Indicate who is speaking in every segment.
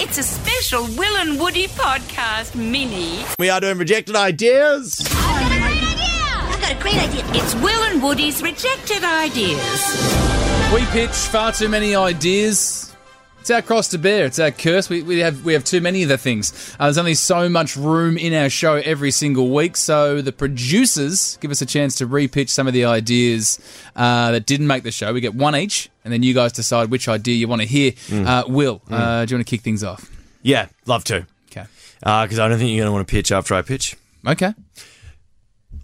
Speaker 1: It's a special Will and Woody podcast mini.
Speaker 2: We are doing rejected ideas.
Speaker 3: I've got a great idea.
Speaker 1: It's Will and Woody's rejected ideas.
Speaker 4: We pitch far too many ideas. It's our cross to bear. It's our curse. We, we have we have too many of the things. Uh, there's only so much room in our show every single week. So the producers give us a chance to repitch some of the ideas uh, that didn't make the show. We get one each, and then you guys decide which idea you want to hear. Uh, Will, uh, do you want to kick things off?
Speaker 2: Yeah, love to.
Speaker 4: Okay.
Speaker 2: Because I don't think you're going to want to pitch after I pitch. A
Speaker 4: Okay.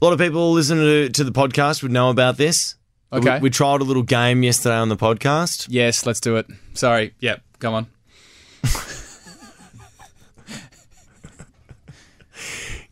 Speaker 2: lot of people listening to, to the podcast would know about this.
Speaker 4: Okay.
Speaker 2: We, we trialed a little game yesterday on the podcast.
Speaker 4: Yes, let's do it. Sorry. Yep. Come on.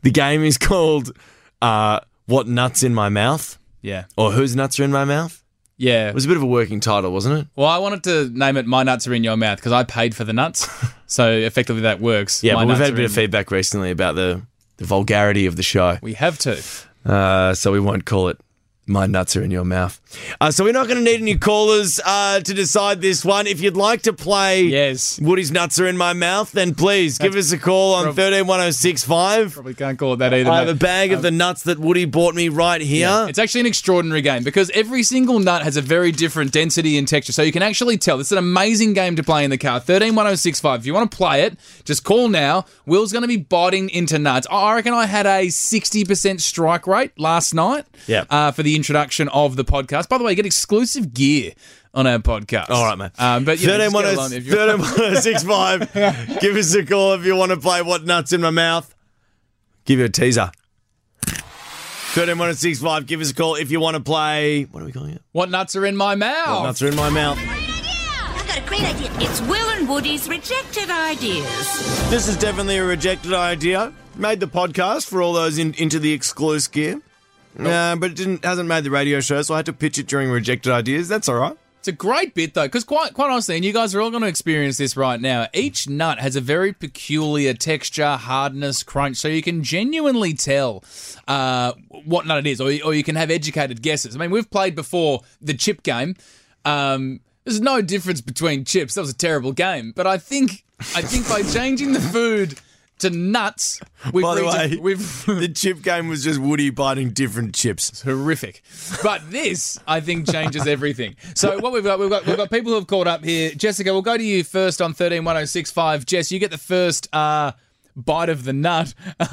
Speaker 2: The game is called uh, What Nuts in My Mouth
Speaker 4: Yeah.
Speaker 2: or Whose Nuts Are in My Mouth.
Speaker 4: Yeah.
Speaker 2: It was a bit of a working title, wasn't it?
Speaker 4: Well, I wanted to name it "My Nuts Are in Your Mouth" because I paid for the nuts, so effectively that works.
Speaker 2: Yeah,
Speaker 4: My
Speaker 2: but we've
Speaker 4: nuts
Speaker 2: had a
Speaker 4: are
Speaker 2: bit of
Speaker 4: in-
Speaker 2: feedback recently about the, the vulgarity of the show.
Speaker 4: We have to.
Speaker 2: Uh, so we won't call it My Nuts Are In Your Mouth. Uh, so we're not going to need any callers uh, to decide this one. If you'd like to play
Speaker 4: Yes.
Speaker 2: Woody's Nuts Are In My Mouth, then please give us a call on
Speaker 4: prob-
Speaker 2: 131065.
Speaker 4: Probably can't call it that either.
Speaker 2: I have
Speaker 4: mate.
Speaker 2: a bag of the nuts that Woody bought me right here.
Speaker 4: um, It's actually an extraordinary game because every single nut has a very different density and texture. So you can actually tell. It's an amazing game to play in the car. 131065. If you want to play it, just call now. Will's going to be biting into nuts. I reckon I had a 60% strike rate last night
Speaker 2: Yeah.
Speaker 4: uh, for the introduction of the podcast. By the way, you get exclusive gear on our podcast.
Speaker 2: All right, mate.
Speaker 4: Um, but you know, just get along if you want.
Speaker 2: 131065. Give us a call if you want to play What Nuts in My Mouth. Give you a teaser. 131065. Give us a call if you want to play. What are we calling it?
Speaker 4: What nuts are in my mouth?
Speaker 2: Nuts are in my mouth.
Speaker 3: I've got a great idea.
Speaker 1: It's Will and Woody's rejected ideas.
Speaker 2: This is definitely a rejected idea. Made the podcast for all those in, into the exclusive gear. Uh, but it didn't hasn't made the radio show, so I had to pitch it during rejected ideas. That's all right.
Speaker 4: It's a great bit though, because quite quite honestly, and you guys are all going to experience this right now. Each nut has a very peculiar texture, hardness, crunch, so you can genuinely tell uh, what nut it is, or or you can have educated guesses. I mean, we've played before the chip game. Um, there's no difference between chips. That was a terrible game, but I think I think by changing the food to nuts, we've
Speaker 2: By the
Speaker 4: reached a-
Speaker 2: way,
Speaker 4: we've
Speaker 2: the chip game was just Woody biting different chips.
Speaker 4: horrific. But this, I think, changes everything. So what we've got, we've got we've got people who have called up here. Jessica, we'll go to you first on thirteen one zero six five. Jess, you get the first. Uh, Bite of the nut,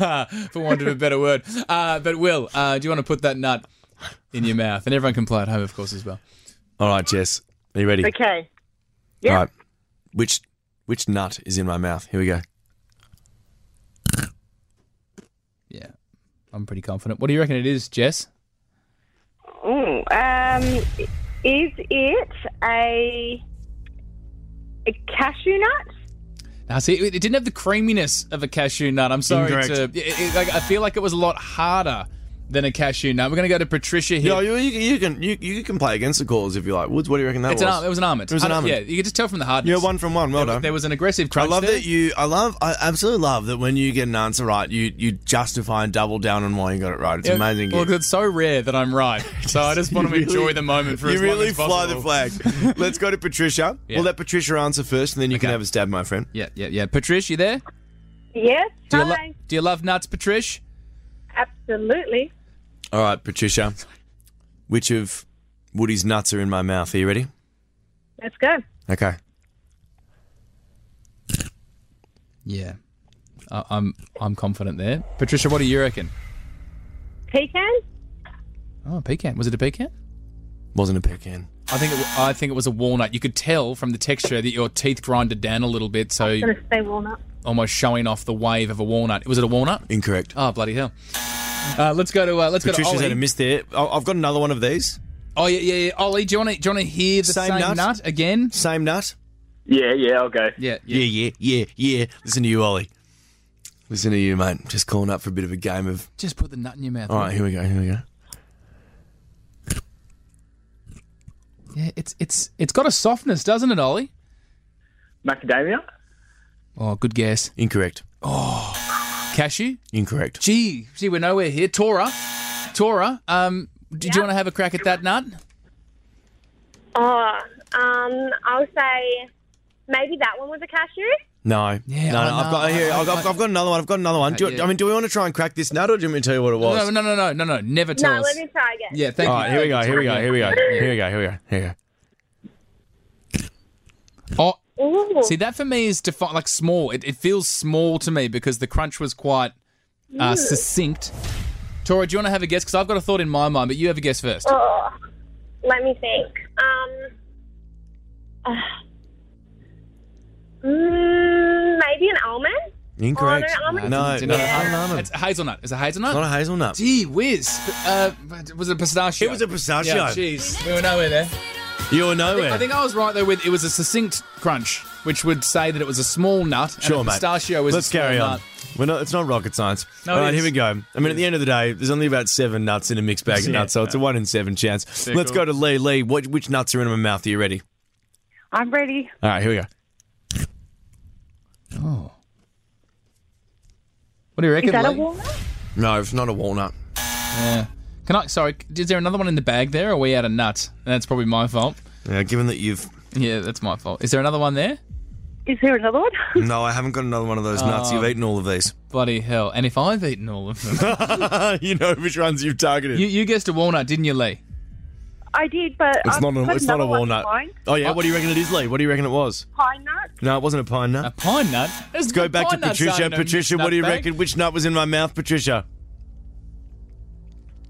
Speaker 4: for want of a better word. Uh, but Will, uh, do you want to put that nut in your mouth? And everyone can play at home, of course, as well.
Speaker 2: All right, Jess, are you ready?
Speaker 5: Okay.
Speaker 2: All right. Which which nut is in my mouth? Here we go.
Speaker 4: Yeah, I'm pretty confident. What do you reckon it is, Jess?
Speaker 5: Ooh, um, is it a a cashew nut?
Speaker 4: Now, see, it it didn't have the creaminess of a cashew nut. I'm sorry
Speaker 2: Incorrect.
Speaker 4: to. It, it, like, I feel like it was a lot harder than a cashew nut. We're going to go to Patricia here.
Speaker 2: No, you, you, you can you, you can play against the callers if you like. Woods, what do you reckon that
Speaker 4: It's
Speaker 2: was?
Speaker 4: an, al- it was an almond.
Speaker 2: It was an
Speaker 4: I don't-
Speaker 2: almond.
Speaker 4: Yeah, you could just tell from the hardness.
Speaker 2: You're one from one. Well done.
Speaker 4: There was an aggressive
Speaker 2: I
Speaker 4: crunch.
Speaker 2: love
Speaker 4: there.
Speaker 2: that you. I love. I absolutely love that when you get an answer right, you you justify and double down on why you got it right. It's
Speaker 4: Yeah,
Speaker 2: amazing.
Speaker 4: Well,
Speaker 2: Gibbs.
Speaker 4: 'cause it's so rare that I'm right, so I just want to
Speaker 2: You really-
Speaker 4: enjoy the moment for
Speaker 2: you
Speaker 4: as long
Speaker 2: really
Speaker 4: as
Speaker 2: fly the
Speaker 4: possible.
Speaker 2: flag. Let's go to Patricia.
Speaker 4: Yeah.
Speaker 2: We'll let Patricia answer first, and then you can
Speaker 4: Okay.
Speaker 2: have a stab, my friend.
Speaker 4: Yeah, yeah, yeah. Patrish, you there?
Speaker 5: Yes.
Speaker 4: Do you, lo-
Speaker 5: Hi.
Speaker 4: do you love nuts, Patrish?
Speaker 5: Absolutely.
Speaker 2: All right, Patricia. Which of Woody's nuts are in my mouth? Are you ready?
Speaker 5: Let's go.
Speaker 2: Okay.
Speaker 4: Yeah, I- I'm I'm confident there. Patricia, what do you reckon?
Speaker 5: Pecan.
Speaker 4: Oh, pecan. Was it a pecan?
Speaker 2: Wasn't a pecan.
Speaker 4: I think it w- I think it was a walnut. You could tell from the texture that your teeth grinded down a little bit, so
Speaker 5: Gonna say walnut.
Speaker 4: almost showing off the wave of a walnut. Was it a walnut?
Speaker 2: Incorrect.
Speaker 4: Oh bloody hell! Uh, let's go to uh, let's go to
Speaker 2: Patricia's
Speaker 4: Ollie.
Speaker 2: had a miss there. I- I've got another one of these.
Speaker 4: Oh yeah, yeah, yeah. Ollie, do you want to do you want to hear the same,
Speaker 2: Same nut?
Speaker 4: nut? again?
Speaker 2: Same nut.
Speaker 6: Yeah, yeah, I'll go.
Speaker 4: Yeah,
Speaker 2: Yeah, yeah, yeah, yeah. Listen to you, Ollie. Listen to you, mate. Just calling up for a bit of a game of.
Speaker 4: Just put the nut in your mouth.
Speaker 2: All right, here we go. Here we go.
Speaker 4: Yeah, it's it's it's got a softness, doesn't it, Ollie?
Speaker 6: Macadamia?
Speaker 4: Oh, good guess.
Speaker 2: Incorrect.
Speaker 4: Cashew.
Speaker 2: Incorrect.
Speaker 4: Gee, see, we're nowhere here. Tora, Tora. Um, did you want to have a crack at that nut?
Speaker 5: Oh, um, I'll say maybe that one was a cashew.
Speaker 2: No,
Speaker 4: Yeah,
Speaker 2: no,
Speaker 4: I
Speaker 2: no. I've
Speaker 4: know.
Speaker 2: got here. I've got, I've got another one. I've got another one. Do you,
Speaker 4: Yeah.
Speaker 2: I mean, do we want to try and crack this nut, or do you want me to tell you what it was?
Speaker 4: No, no, no, no, no, no. Never tell
Speaker 5: No,
Speaker 4: us.
Speaker 5: let me try again.
Speaker 4: Yeah, thank
Speaker 2: All
Speaker 4: you.
Speaker 2: right, here we go. Here we go. Here we go. Here we go. Here we go. Here we go.
Speaker 4: Oh,
Speaker 5: Ooh.
Speaker 4: see, that for me is defi- like small. It, it feels small to me because the crunch was quite
Speaker 5: Mm.
Speaker 4: uh, succinct. Tori, do you want to have a guess? Because I've got a thought in my mind, but you have a guess first.
Speaker 5: Oh, let me think. Um, uh, mm, maybe an almond?
Speaker 2: Incorrect.
Speaker 5: Oh, no, I'm-
Speaker 2: no,
Speaker 4: It's
Speaker 2: no,
Speaker 4: an
Speaker 2: I'm not-
Speaker 4: It's a hazelnut. It's a hazelnut.
Speaker 2: not a hazelnut.
Speaker 4: Gee whiz. Uh, was it pistachio?
Speaker 2: It was a pistachio.
Speaker 4: Yeah, jeez. We were nowhere there.
Speaker 2: You were nowhere.
Speaker 4: I think I was right though with it was a succinct crunch, which would say that it was a small nut.
Speaker 2: Sure,
Speaker 4: and a
Speaker 2: mate.
Speaker 4: pistachio is
Speaker 2: Let's
Speaker 4: a small
Speaker 2: carry on.
Speaker 4: nut.
Speaker 2: We're not, it's not rocket science.
Speaker 4: No,
Speaker 2: All
Speaker 4: it
Speaker 2: right,
Speaker 4: is.
Speaker 2: here we go. I mean, at the end of the day, there's only about seven nuts in a mixed bag of nuts, so it's a one in seven chance. Let's
Speaker 4: cool.
Speaker 2: go to Lee. Lee, what, which nuts are in my mouth? Are you ready?
Speaker 5: I'm ready.
Speaker 2: All right, here we go.
Speaker 4: What do you reckon?
Speaker 5: Is that a
Speaker 4: Lee?
Speaker 5: walnut?
Speaker 2: No, it's not a walnut.
Speaker 4: Yeah. Can I? Sorry, is there another one in the bag there? Or are we out of nut? That's probably my fault.
Speaker 2: Yeah, given that you've
Speaker 4: Yeah, that's my fault. Is there another one there?
Speaker 5: Is there another one?
Speaker 2: no, I haven't got another one of those nuts. You've eaten all of these.
Speaker 4: Bloody hell! And if I've eaten all of them,
Speaker 2: you know which ones you've targeted.
Speaker 4: you, you guessed a walnut, didn't you, Lee?
Speaker 5: I did, but
Speaker 2: it's
Speaker 5: I've
Speaker 2: not a
Speaker 5: put
Speaker 2: it's not a
Speaker 5: another one in
Speaker 2: walnut.
Speaker 5: mine.
Speaker 2: Oh yeah, what do you reckon it is, Lee? What do you reckon it was?
Speaker 5: Pine nut.
Speaker 2: No, it wasn't a pine nut.
Speaker 4: A pine nut. Let's
Speaker 2: Go back to Patricia. Patricia, what do you reckon? Which nut was in my mouth, Patricia?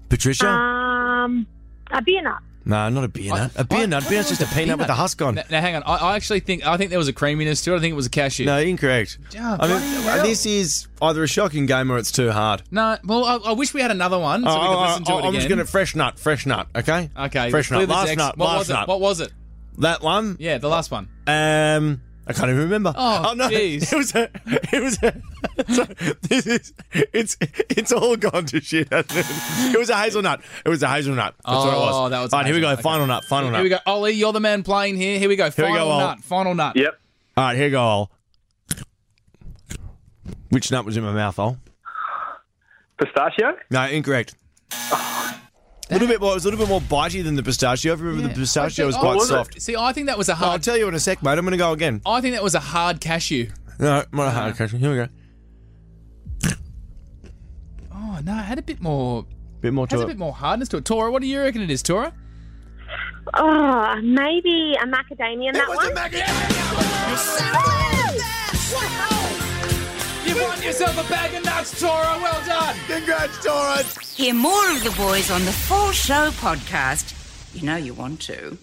Speaker 2: Patricia?
Speaker 5: Um, a beer nut.
Speaker 2: no, not a beer nut. A beer
Speaker 4: I-
Speaker 2: nut.
Speaker 4: I
Speaker 2: Beer nut's
Speaker 4: thought
Speaker 2: just
Speaker 4: it
Speaker 2: a
Speaker 4: was a
Speaker 2: peanut, with a
Speaker 4: peanut.
Speaker 2: husk on.
Speaker 4: Now, now, hang on. I, I actually think I think there was a creaminess to it. I think it was a cashew.
Speaker 2: No, incorrect.
Speaker 4: Oh,
Speaker 2: I
Speaker 4: bloody hell.
Speaker 2: mean, this is either a shocking game or it's too hard.
Speaker 4: No, well, I, I wish we had another one so we
Speaker 2: Oh,
Speaker 4: could listen to
Speaker 2: oh,
Speaker 4: it
Speaker 2: I'm
Speaker 4: again.
Speaker 2: just going to fresh nut, fresh nut, okay?
Speaker 4: Okay,
Speaker 2: fresh
Speaker 4: clear
Speaker 2: nut.
Speaker 4: the
Speaker 2: Last
Speaker 4: decks.
Speaker 2: nut,
Speaker 4: What
Speaker 2: last
Speaker 4: was
Speaker 2: nut.
Speaker 4: it? What was it?
Speaker 2: That one.
Speaker 4: Yeah, the last one.
Speaker 2: Um, I can't even remember.
Speaker 4: Oh,
Speaker 2: no,
Speaker 4: jeez.
Speaker 2: it was a, it was a. this is it's it's all gone to shit. hasn't it? It was a hazelnut. It was a hazelnut. That's what it was.
Speaker 4: Oh, that was
Speaker 2: All right, here we go.
Speaker 4: hazelnut. Okay.
Speaker 2: Final nut. Final nut.
Speaker 4: Here we go, Ollie. You're the man playing here. Here we go.
Speaker 2: Here
Speaker 4: Final
Speaker 2: we go, Ol.
Speaker 4: nut. Final nut.
Speaker 6: Yep.
Speaker 2: All right, here we go. Ol. Which nut was in my mouth, Ol?
Speaker 6: Pistachio?
Speaker 2: No, incorrect. A little bit more. It was a little bit more bitey than the pistachio. If you remember, the pistachio
Speaker 4: I Oh,
Speaker 2: was
Speaker 4: think-
Speaker 2: quite
Speaker 4: oh,
Speaker 6: was it?
Speaker 2: soft.
Speaker 4: See, I think that was a
Speaker 2: I'll
Speaker 4: hard.
Speaker 2: tell you in a sec, mate. I'm going to go again.
Speaker 4: I think that was a hard cashew.
Speaker 2: No, not a hard question. Here we go.
Speaker 4: Oh no, it had a bit more.
Speaker 2: Bit more to
Speaker 4: Has a
Speaker 2: it.
Speaker 4: bit more hardness to it. Tora, what do you reckon it is, Tora?
Speaker 5: Oh, maybe a macadamia nut one.
Speaker 4: You've won yourself a bag of nuts, Tora. Well done.
Speaker 2: Congrats, Torrance.
Speaker 1: Hear more of the boys on the Full Show podcast. You know you want to.